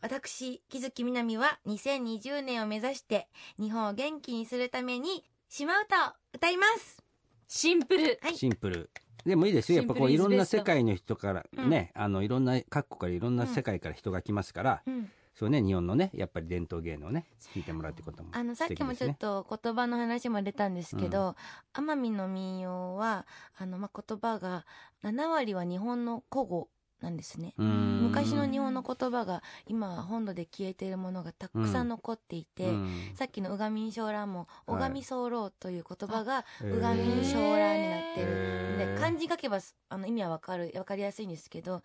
[SPEAKER 4] 私木月みなみは2020年を目指して日本を元気にするために島唄を歌います
[SPEAKER 3] シンプル。
[SPEAKER 4] はい
[SPEAKER 2] シンプル。でもいいですよ。やっぱこう
[SPEAKER 3] シ
[SPEAKER 2] い
[SPEAKER 3] ンプル
[SPEAKER 2] ろ
[SPEAKER 3] is
[SPEAKER 2] んな
[SPEAKER 3] best
[SPEAKER 2] 世界の人から
[SPEAKER 4] うん
[SPEAKER 2] ね、あのいろんな各国からいろんな世界から人が来ますから、
[SPEAKER 4] うん
[SPEAKER 2] そうね日本のねやっぱり伝統芸能をね聞いてもらうってことも素
[SPEAKER 4] あのさっ
[SPEAKER 2] 敵
[SPEAKER 4] きも
[SPEAKER 2] で
[SPEAKER 4] ち
[SPEAKER 2] す
[SPEAKER 4] ょっ
[SPEAKER 2] ね。
[SPEAKER 4] と言葉の話も出たんですけど、奄美の民謡はあの、まあ、言葉が7割は日本の古語なんですね
[SPEAKER 2] うーん
[SPEAKER 4] 昔の日本の言葉が今本土で消えているものがたくさん残っていて、
[SPEAKER 2] うん
[SPEAKER 4] さっきの「うがみん小乱」も「
[SPEAKER 2] はい
[SPEAKER 4] 拝み候」という言葉が「
[SPEAKER 2] へー
[SPEAKER 4] うがみん小乱」になってる。
[SPEAKER 2] へ
[SPEAKER 4] で
[SPEAKER 2] ー
[SPEAKER 4] 漢字書けばすあの意味はわかるわかりやすいんですけど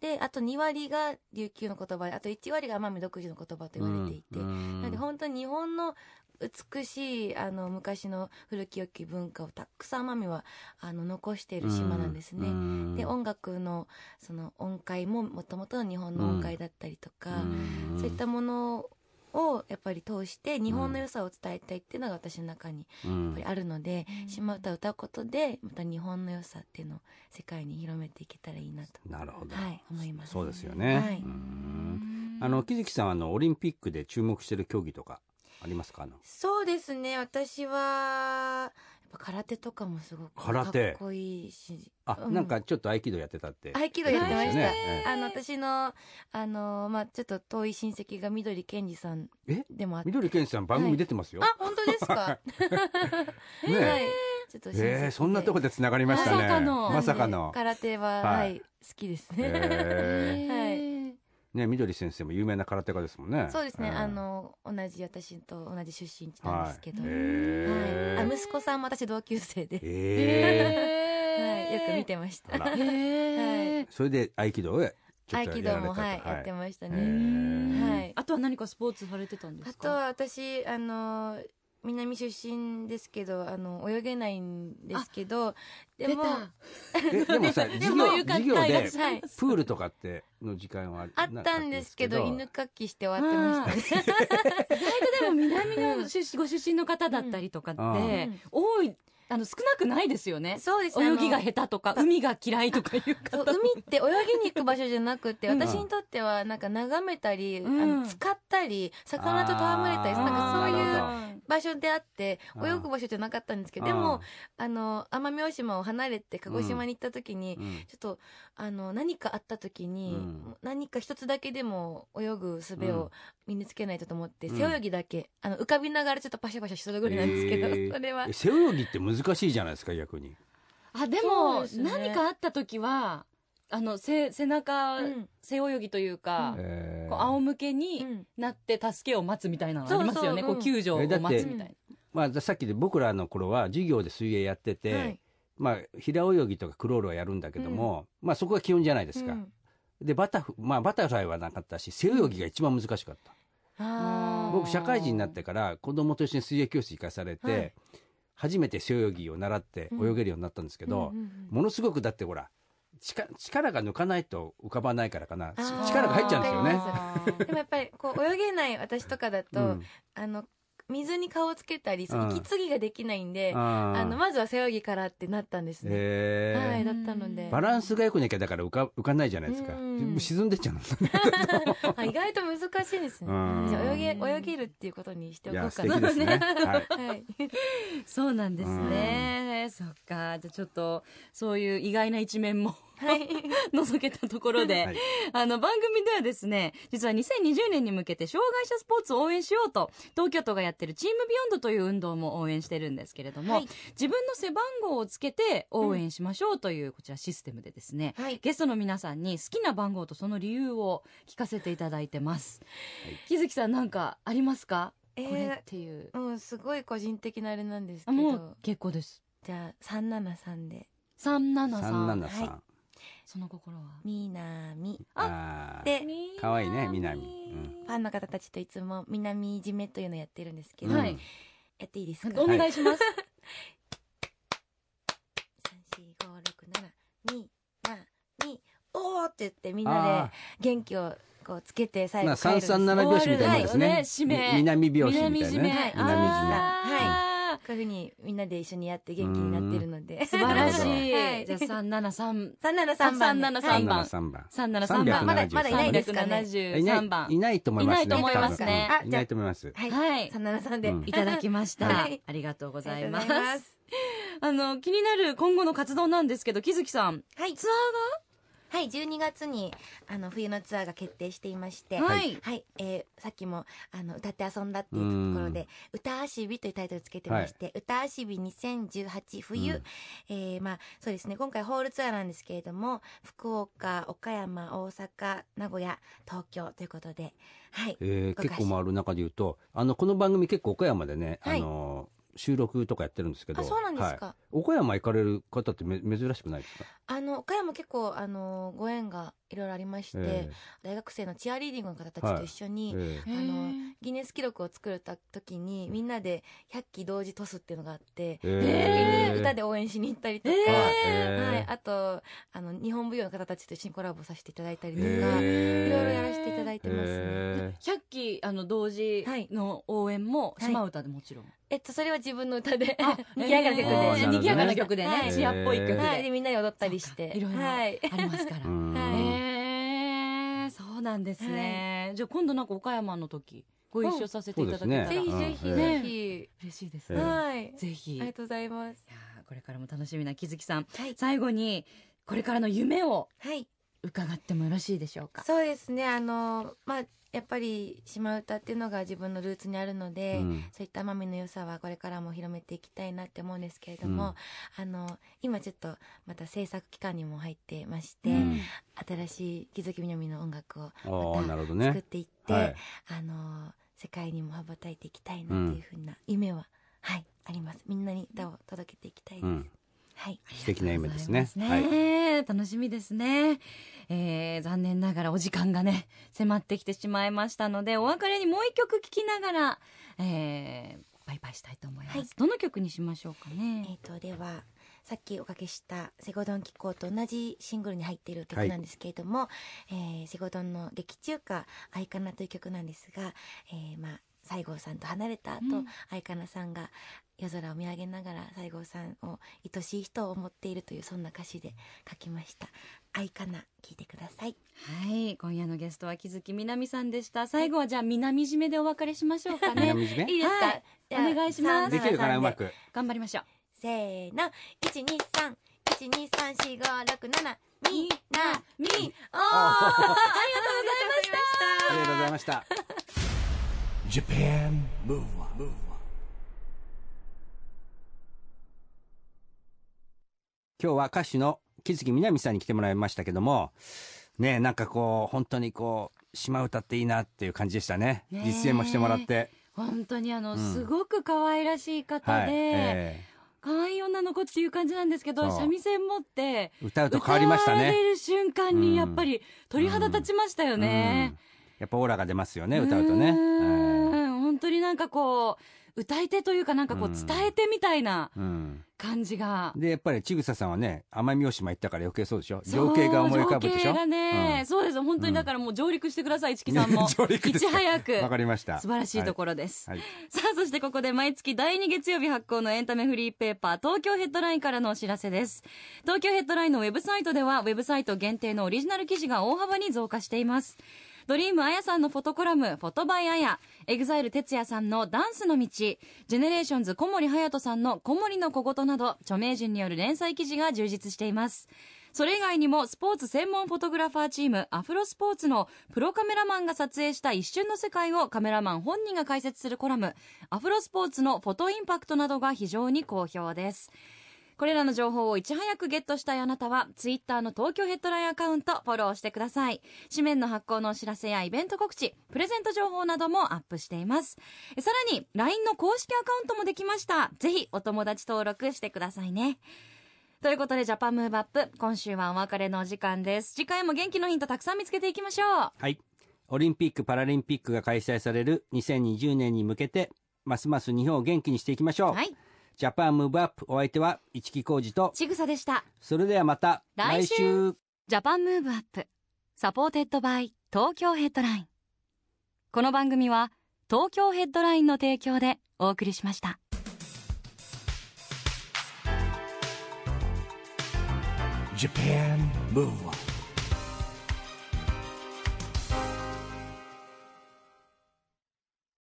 [SPEAKER 4] であと2割が琉球の言葉であと1割が奄美独自の言葉と言われていて、
[SPEAKER 2] うんうん
[SPEAKER 4] なので本当に日本の美しいあの昔の古き良き文化をたくさん奄美はあの残している島なんですね。
[SPEAKER 2] うん
[SPEAKER 4] で音楽のその音階ももともとの日本の音階だったりとか、
[SPEAKER 2] うん
[SPEAKER 4] そういったものをやっぱり通して日本の良さを伝えたいっていうのが私の中に
[SPEAKER 2] う
[SPEAKER 4] やっ
[SPEAKER 2] ん
[SPEAKER 4] ぱりあるので、島唄を歌うことでまた日本の良さっていうのを世界に広めていけたらいいなと、
[SPEAKER 2] なるほど。
[SPEAKER 4] はい、思います。
[SPEAKER 2] そうですよね。
[SPEAKER 4] はい
[SPEAKER 2] うんあの木月さんはあのオリンピックで注目してる競技とかありますかあの
[SPEAKER 4] そうですね私はやっぱ空手とかもすごくか
[SPEAKER 2] 空
[SPEAKER 4] っ
[SPEAKER 2] 手
[SPEAKER 4] こいいし
[SPEAKER 2] あ、
[SPEAKER 4] うん
[SPEAKER 2] なんかちょっと合気道やってたって。
[SPEAKER 4] 合気道やってま
[SPEAKER 2] で
[SPEAKER 4] し
[SPEAKER 2] す
[SPEAKER 4] た
[SPEAKER 2] よね。ええ
[SPEAKER 4] あの私のあのまあちょっと遠い親戚が緑健二さん
[SPEAKER 2] え
[SPEAKER 4] でもあって
[SPEAKER 2] 緑健二さん番組出てますよ。
[SPEAKER 4] あ本当ですか [LAUGHS]
[SPEAKER 2] ねえ
[SPEAKER 4] はいちょっと親戚で
[SPEAKER 2] ええそんなとこで繋がりましたね。
[SPEAKER 5] まさかの
[SPEAKER 2] まさかの。
[SPEAKER 4] 空手
[SPEAKER 2] は
[SPEAKER 4] ははいい好きですね
[SPEAKER 2] え
[SPEAKER 3] へー
[SPEAKER 2] ね、緑先生も有名な空手家ですもんね。
[SPEAKER 4] [LAUGHS] そうですね、
[SPEAKER 2] ええ
[SPEAKER 4] あ、の同じ私と同じ出身地なん
[SPEAKER 2] は
[SPEAKER 4] で
[SPEAKER 2] い
[SPEAKER 4] すけど、。はい
[SPEAKER 2] え
[SPEAKER 4] あ息子さんも私同級生で、
[SPEAKER 2] ええ
[SPEAKER 4] はい、よく見てまし [LAUGHS]
[SPEAKER 2] あ
[SPEAKER 4] た
[SPEAKER 2] ら
[SPEAKER 3] へえ
[SPEAKER 2] それで合気道へちょっ
[SPEAKER 4] 合
[SPEAKER 2] と
[SPEAKER 4] 気
[SPEAKER 2] やられ
[SPEAKER 4] 道
[SPEAKER 2] た
[SPEAKER 4] も、
[SPEAKER 2] と。
[SPEAKER 4] はい、やってました
[SPEAKER 2] へ
[SPEAKER 4] ね、
[SPEAKER 2] え
[SPEAKER 4] はい、
[SPEAKER 3] あとは何かスポーツされてたんで
[SPEAKER 4] あ
[SPEAKER 3] す
[SPEAKER 4] と
[SPEAKER 3] か
[SPEAKER 4] は私あの南出身ですけどあの泳げないんですけどでも
[SPEAKER 2] えで
[SPEAKER 4] [LAUGHS]
[SPEAKER 2] もさ
[SPEAKER 4] でも
[SPEAKER 2] 授業
[SPEAKER 4] よ
[SPEAKER 2] 授業
[SPEAKER 4] いらっ
[SPEAKER 2] で
[SPEAKER 4] しゃい
[SPEAKER 2] プールとかっての時間は
[SPEAKER 4] あったんですけど犬かきして終わってましたね
[SPEAKER 3] でも南の出身ご出身の方だったりとか
[SPEAKER 2] うん
[SPEAKER 3] って多いあの少なくないですよね
[SPEAKER 4] そうですねあ
[SPEAKER 3] 泳
[SPEAKER 4] の
[SPEAKER 3] ぎが下手とか海が嫌いとかいう
[SPEAKER 4] そう
[SPEAKER 3] 方
[SPEAKER 4] 海って泳ぎに行く場所じゃなくて、
[SPEAKER 3] うん
[SPEAKER 4] 私にとってはなんか眺めたり、
[SPEAKER 3] うん
[SPEAKER 4] あの使ったり魚と戯れたり
[SPEAKER 2] あ
[SPEAKER 4] なんかそう
[SPEAKER 2] なる
[SPEAKER 4] い
[SPEAKER 2] ほ
[SPEAKER 4] う
[SPEAKER 2] ど
[SPEAKER 4] 場所であって
[SPEAKER 2] あー
[SPEAKER 4] 泳ぐ場所じゃなかったんですけど
[SPEAKER 2] あー
[SPEAKER 4] でもあの奄美大島を離れて鹿児島に行った時に、
[SPEAKER 2] うん
[SPEAKER 4] ちょっとあの何かあった時に、
[SPEAKER 2] うん
[SPEAKER 4] 何か一つだけでも泳ぐ術
[SPEAKER 2] うん
[SPEAKER 4] を身につけないとと思って、
[SPEAKER 2] うん
[SPEAKER 4] 背泳ぎだけあの浮かびながらちょっとパシャパシャしとるぐらいなんですけど、
[SPEAKER 2] えー
[SPEAKER 4] それは
[SPEAKER 2] え背泳ぎって難しいじゃないですか逆に
[SPEAKER 3] あで
[SPEAKER 4] そう
[SPEAKER 3] も
[SPEAKER 4] ですね
[SPEAKER 3] 何かあった時はあの背背中
[SPEAKER 4] うん
[SPEAKER 3] 背泳ぎというか
[SPEAKER 4] う
[SPEAKER 2] え
[SPEAKER 3] こう仰
[SPEAKER 2] ー
[SPEAKER 3] 向け
[SPEAKER 4] う
[SPEAKER 3] に
[SPEAKER 4] ん
[SPEAKER 3] なって助けを待つみたいなのありますよね
[SPEAKER 4] そうそう
[SPEAKER 3] こ
[SPEAKER 4] う
[SPEAKER 3] うん救助を
[SPEAKER 2] え
[SPEAKER 3] 待
[SPEAKER 2] だ
[SPEAKER 3] つ
[SPEAKER 2] って
[SPEAKER 3] みたいな
[SPEAKER 2] まあさっきで僕らの頃は授業で水泳やってて、
[SPEAKER 4] はい
[SPEAKER 2] まあ平泳ぎとかクロールはやるんだけども、まあそこが基本じゃないですか、
[SPEAKER 4] うん
[SPEAKER 2] でバタフまあバタフライはなかったし背泳ぎが一番難しかった、
[SPEAKER 4] あー
[SPEAKER 2] 僕社会人になってから子供と一緒に水泳教室行かされて、
[SPEAKER 4] はい
[SPEAKER 2] 初めて背泳ぎを習って泳げるようになったんですけど、
[SPEAKER 4] うんうんうん
[SPEAKER 2] ものすごくだってほら力力が抜かないと浮かばないからかな
[SPEAKER 4] あー
[SPEAKER 2] 力が入っちゃうんですよね。
[SPEAKER 4] でもやっぱりこう泳げない私とかだと、
[SPEAKER 2] うん
[SPEAKER 4] あの水に顔をつけたり
[SPEAKER 2] うん
[SPEAKER 4] 息継ぎができないんで、
[SPEAKER 2] あー
[SPEAKER 4] あのまずは背泳ぎからってなったんですね、
[SPEAKER 2] えー
[SPEAKER 4] はいだったので
[SPEAKER 2] バランスが良くなきゃだから浮か浮かんないじゃないですか
[SPEAKER 4] うん
[SPEAKER 2] 沈んでっちゃうんだね
[SPEAKER 4] あ意外と難しいですね
[SPEAKER 2] うん
[SPEAKER 4] じゃあ泳げ泳げるっていうことにしてお
[SPEAKER 2] い
[SPEAKER 4] こ
[SPEAKER 2] や
[SPEAKER 4] う
[SPEAKER 2] 素
[SPEAKER 4] か
[SPEAKER 2] 敵
[SPEAKER 4] な
[SPEAKER 2] ですね、はい、
[SPEAKER 4] [LAUGHS] はい、
[SPEAKER 3] そうなんですね。そっか。じゃあちょっと、そういう意外な一面も [LAUGHS]
[SPEAKER 4] はい、
[SPEAKER 3] 覗けたところで、
[SPEAKER 2] はい
[SPEAKER 3] あの番組ではですね、実は2020年に向けて障害者スポーツを応援しようと、東京都がやってるチームビヨンドという運動も応援してるんですけれども、
[SPEAKER 4] はい
[SPEAKER 3] 自分の背番号をつけて応援しましょうというこちらシステムでですね、
[SPEAKER 4] はい
[SPEAKER 3] ゲストの皆さんに好きな番号とその理由を聞かせていただいてます。木月さんなんかありますか、
[SPEAKER 4] え
[SPEAKER 3] これっ
[SPEAKER 4] ー
[SPEAKER 3] ていう。
[SPEAKER 4] うん、すごい個人的なあれなんです
[SPEAKER 3] あ
[SPEAKER 4] け
[SPEAKER 3] もう
[SPEAKER 4] ど
[SPEAKER 3] 結構です。
[SPEAKER 4] じゃあ373で
[SPEAKER 3] 373。
[SPEAKER 2] 373、
[SPEAKER 4] はい
[SPEAKER 3] その心は
[SPEAKER 4] 「みなみ
[SPEAKER 2] あ」ー
[SPEAKER 4] で
[SPEAKER 2] 可愛いね南うん
[SPEAKER 4] ファンの方たちといつも「みなみ締め」というのをやってるんですけど、
[SPEAKER 3] は
[SPEAKER 4] や
[SPEAKER 3] い
[SPEAKER 4] っていいですか
[SPEAKER 3] お願いします。
[SPEAKER 4] 三四五六七二七二おーって言ってみん
[SPEAKER 2] あ
[SPEAKER 4] なで元気をこうつけて最
[SPEAKER 2] ー
[SPEAKER 4] 後
[SPEAKER 2] な
[SPEAKER 4] 帰る
[SPEAKER 2] 三
[SPEAKER 4] んですよ
[SPEAKER 2] 三七拍子みたいなもんですね,み、
[SPEAKER 3] はいそうね締め
[SPEAKER 2] 南拍子みたいなね
[SPEAKER 3] 南締め
[SPEAKER 2] 南締め
[SPEAKER 3] あ
[SPEAKER 4] こういうふうにみんなで一緒にやって元気になってるので
[SPEAKER 3] ー素晴らし。
[SPEAKER 4] はいい
[SPEAKER 3] じゃあ373。
[SPEAKER 4] 三七三番
[SPEAKER 3] あ373
[SPEAKER 4] はい
[SPEAKER 3] 三番
[SPEAKER 2] 三番
[SPEAKER 3] 373番。
[SPEAKER 4] まだまだいないですかね
[SPEAKER 2] いない
[SPEAKER 3] 373番。
[SPEAKER 2] いないと思いますね
[SPEAKER 3] いないと思います
[SPEAKER 2] 多分う
[SPEAKER 3] ね
[SPEAKER 2] ん
[SPEAKER 4] あ
[SPEAKER 2] い
[SPEAKER 4] じゃ
[SPEAKER 2] な
[SPEAKER 4] あ
[SPEAKER 2] いと思います
[SPEAKER 4] はい、
[SPEAKER 3] はい。
[SPEAKER 4] 三七三で、
[SPEAKER 2] うん
[SPEAKER 3] いただきました
[SPEAKER 4] は。い
[SPEAKER 3] ありがとうござい
[SPEAKER 4] あ
[SPEAKER 3] ま
[SPEAKER 4] り
[SPEAKER 3] す
[SPEAKER 4] がとうございま。
[SPEAKER 3] あの、気になる今後の活動なんですけど、木月さん。
[SPEAKER 4] はい
[SPEAKER 3] ツア
[SPEAKER 4] はい12月にあの冬のツアーが決定していまして
[SPEAKER 3] ーがはい。
[SPEAKER 4] はい、えー、さっきもあの歌って遊んだっていうところ
[SPEAKER 2] う
[SPEAKER 4] で「歌あしび」というタイトルつけてまして「歌あしび2018冬」
[SPEAKER 2] うん
[SPEAKER 4] えーまあそうですね今回ホールツアーなんですけれども福岡岡山大阪名古屋東京ということではい
[SPEAKER 2] えー
[SPEAKER 4] ご
[SPEAKER 2] 結
[SPEAKER 4] 歌詞
[SPEAKER 2] 構回る中で言うとあのこの番組結構岡山でね、
[SPEAKER 4] はい
[SPEAKER 2] あの収録とかやってるんですけど
[SPEAKER 4] あそうなんですか、
[SPEAKER 2] はい岡山行かれる方ってめ珍しくないですか、
[SPEAKER 4] あの岡山結構あのご縁がいろいろありまして、
[SPEAKER 2] え
[SPEAKER 4] 大学生のチアリーディングの方たちと一緒
[SPEAKER 2] ー
[SPEAKER 4] に、
[SPEAKER 2] え
[SPEAKER 4] あのギネス記録を作った時にみんなで100期同時トスっていうのがあって、
[SPEAKER 2] ーえ
[SPEAKER 4] 一気に歌で応援しに行ったりとか、
[SPEAKER 3] えー
[SPEAKER 2] はい
[SPEAKER 4] はい
[SPEAKER 2] え、ー
[SPEAKER 4] あとあの日本舞踊の方たちと一緒にコラボさせていただいたりとか、
[SPEAKER 2] えー
[SPEAKER 4] いろいろやらせていただいてますね。
[SPEAKER 2] えー
[SPEAKER 3] 100期、あの、同時の応援も、
[SPEAKER 4] はい
[SPEAKER 3] 島歌でもちろん。
[SPEAKER 4] えっとそれは自分の歌で賑
[SPEAKER 3] 賑
[SPEAKER 4] や
[SPEAKER 3] や
[SPEAKER 4] か
[SPEAKER 3] か
[SPEAKER 4] な
[SPEAKER 3] な
[SPEAKER 4] 曲
[SPEAKER 3] 曲
[SPEAKER 4] で、 [LAUGHS]
[SPEAKER 3] で、
[SPEAKER 2] あーなるほどね
[SPEAKER 3] 賑やかな曲で
[SPEAKER 4] は
[SPEAKER 3] ね、
[SPEAKER 4] い
[SPEAKER 3] チアっぽい曲で、
[SPEAKER 4] はい、でみんなで踊ったりして、
[SPEAKER 3] いろいろ
[SPEAKER 4] は
[SPEAKER 3] あ [LAUGHS]
[SPEAKER 4] い、
[SPEAKER 3] りますから。
[SPEAKER 2] うん
[SPEAKER 3] へえ、そうなんですね。じゃあ今度なんか岡山の時、ご一緒させていただけたら、
[SPEAKER 2] そうですね
[SPEAKER 4] ぜひぜひ
[SPEAKER 3] ね
[SPEAKER 4] ぜひ、
[SPEAKER 3] 嬉しいです
[SPEAKER 2] ええ
[SPEAKER 3] ね。
[SPEAKER 4] はい、
[SPEAKER 3] ぜひ。い
[SPEAKER 4] あ
[SPEAKER 3] や
[SPEAKER 4] りがとうございます。
[SPEAKER 3] ーこれからも楽しみな木月さん。
[SPEAKER 4] はい
[SPEAKER 3] 最後に、これからの夢を
[SPEAKER 4] はい、
[SPEAKER 3] 伺ってもよろしいでしょうか
[SPEAKER 4] そうですねあのまあやっぱり島唄っていうのが自分のルーツにあるので、
[SPEAKER 2] うん
[SPEAKER 4] そういった奄美の良さはこれからも広めていきたいなって思うんですけれども、あの今ちょっとまた制作期間にも入ってまして、
[SPEAKER 2] うん
[SPEAKER 4] 新しい木月みなみの音楽を
[SPEAKER 2] ああ
[SPEAKER 4] また
[SPEAKER 2] なるほど
[SPEAKER 4] 作っ
[SPEAKER 2] ね
[SPEAKER 4] ていって、
[SPEAKER 2] はい
[SPEAKER 4] あの世界にも羽ばたいていきたいなっていうふうな夢は、はいありますみんなに歌を届けていきたいです、
[SPEAKER 2] うん
[SPEAKER 4] はい
[SPEAKER 2] 素敵な夢ですね
[SPEAKER 3] ありがとうございますね楽しみですね、えー残念ながらお時間がね迫ってきてしまいましたのでお別れにもう一曲聴きながら、えーバイバイしたいと思います、
[SPEAKER 4] はい
[SPEAKER 3] どの曲にしましょうかね、
[SPEAKER 4] えー、とではさっきおかけした「セゴドン気候」と同じシングルに入っている
[SPEAKER 2] は
[SPEAKER 4] 曲
[SPEAKER 2] い
[SPEAKER 4] なんですけれども、えーセゴドンの劇中歌「アイカナ」という曲なんですが、えーまあ、西郷さんと離れた後、
[SPEAKER 3] うん
[SPEAKER 4] アイカナさんが夜空を見上げながら西郷さんを愛しい人を思っているというそんな歌詞で書きました「アイカナ」聴いてください。
[SPEAKER 3] はい今夜のゲストは木月みなみさんでした最後はじゃあ南締めでお別れしましょうかね
[SPEAKER 2] 南締め
[SPEAKER 3] いいですか、
[SPEAKER 4] はい
[SPEAKER 3] お願いします
[SPEAKER 2] できるかなうま。
[SPEAKER 4] じゃあ
[SPEAKER 2] く
[SPEAKER 3] 頑張りましょう
[SPEAKER 4] せーの、一二三、一二三四五六七、みなみ。おー、ありがとうございました。
[SPEAKER 2] ありがとうございました
[SPEAKER 1] Japan Move Up, Move Up.
[SPEAKER 2] 今日は歌手の木月みなみさんに来てもらいましたけどもねえなんかこう本当にこう島歌っていいなっていう感じでしたね
[SPEAKER 3] ねえ
[SPEAKER 2] 実演もしてもらって
[SPEAKER 3] 本当にあ
[SPEAKER 2] う
[SPEAKER 3] の、
[SPEAKER 2] ん
[SPEAKER 3] すごく可愛らしい
[SPEAKER 2] は
[SPEAKER 3] 方
[SPEAKER 2] い、
[SPEAKER 3] で、
[SPEAKER 2] え
[SPEAKER 3] 可愛い女の子っていう感じなんですけど
[SPEAKER 2] そう
[SPEAKER 3] 三味線持って
[SPEAKER 2] え歌うと変わりました
[SPEAKER 3] 歌わ
[SPEAKER 2] ね
[SPEAKER 3] れる瞬間
[SPEAKER 2] うん
[SPEAKER 3] にやっぱり鳥肌立ちましたよ
[SPEAKER 2] う
[SPEAKER 3] ね
[SPEAKER 2] ん、やっぱオーラが出ますよね歌うとね
[SPEAKER 3] う
[SPEAKER 2] ええ
[SPEAKER 3] ん本当になんかこう歌い手というかなんかこう
[SPEAKER 2] うん
[SPEAKER 3] 伝えてみたいな
[SPEAKER 2] うん
[SPEAKER 3] 感じが、
[SPEAKER 2] でやっぱり千草さんはね奄美大島行ったから余計そうでしょ情景が思い浮かぶでし
[SPEAKER 3] 情
[SPEAKER 2] ょ
[SPEAKER 3] 景がね、そうです本当にだからもう上陸してください市木さん
[SPEAKER 2] [LAUGHS]
[SPEAKER 3] も
[SPEAKER 2] 上陸
[SPEAKER 3] い
[SPEAKER 2] です
[SPEAKER 3] ち
[SPEAKER 2] か
[SPEAKER 3] 早く
[SPEAKER 2] わかりました
[SPEAKER 3] 素晴らしいところです、
[SPEAKER 2] はい、はい
[SPEAKER 3] [LAUGHS] さあ、そしてここで毎月第2月曜日発行のエンタメフリーペーパー、東京ヘッドラインからのお知らせです。東京ヘッドラインのウェブサイトでは、ウェブサイト限定のオリジナル記事が大幅に増加しています。ドリームあやさんのフォトコラム、フォトバイあや、エグザイル哲也さんのダンスの道、ジェネレーションズ小森隼人さんの小森の小言など、著名人による連載記事が充実しています。それ以外にもスポーツ専門フォトグラファーチームアフロスポーツのプロカメラマンが撮影した一瞬の世界をカメラマン本人が解説するコラムアフロスポーツのフォトインパクトなどが非常に好評ですこれらの情報をいち早くゲットしたいあなたはツイッターの東京ヘッドラインアカウントフォローしてください紙面の発行のお知らせやイベント告知プレゼント情報などもアップしていますえさらに LINE の公式アカウントもできましたぜひお友達登録してくださいねということで、ジャパンムーブアップ、今週はお別れのお時間です。次回も元気のヒントたくさん見つけていきましょう。
[SPEAKER 2] はい。オリンピック・パラリンピックが開催される2020年に向けて、ますます日本を元気にしていきましょう。
[SPEAKER 3] はい。
[SPEAKER 2] ジャパンムーブアップお相手は市木浩二と、
[SPEAKER 3] ちぐさでした。
[SPEAKER 2] それではまた
[SPEAKER 3] 来週
[SPEAKER 2] 週
[SPEAKER 6] ジャパンムーブアップサポーテッドバイ東京ヘッドラインこの番組は東京ヘッドラインの提供でお送りしました
[SPEAKER 1] Japan Move Up.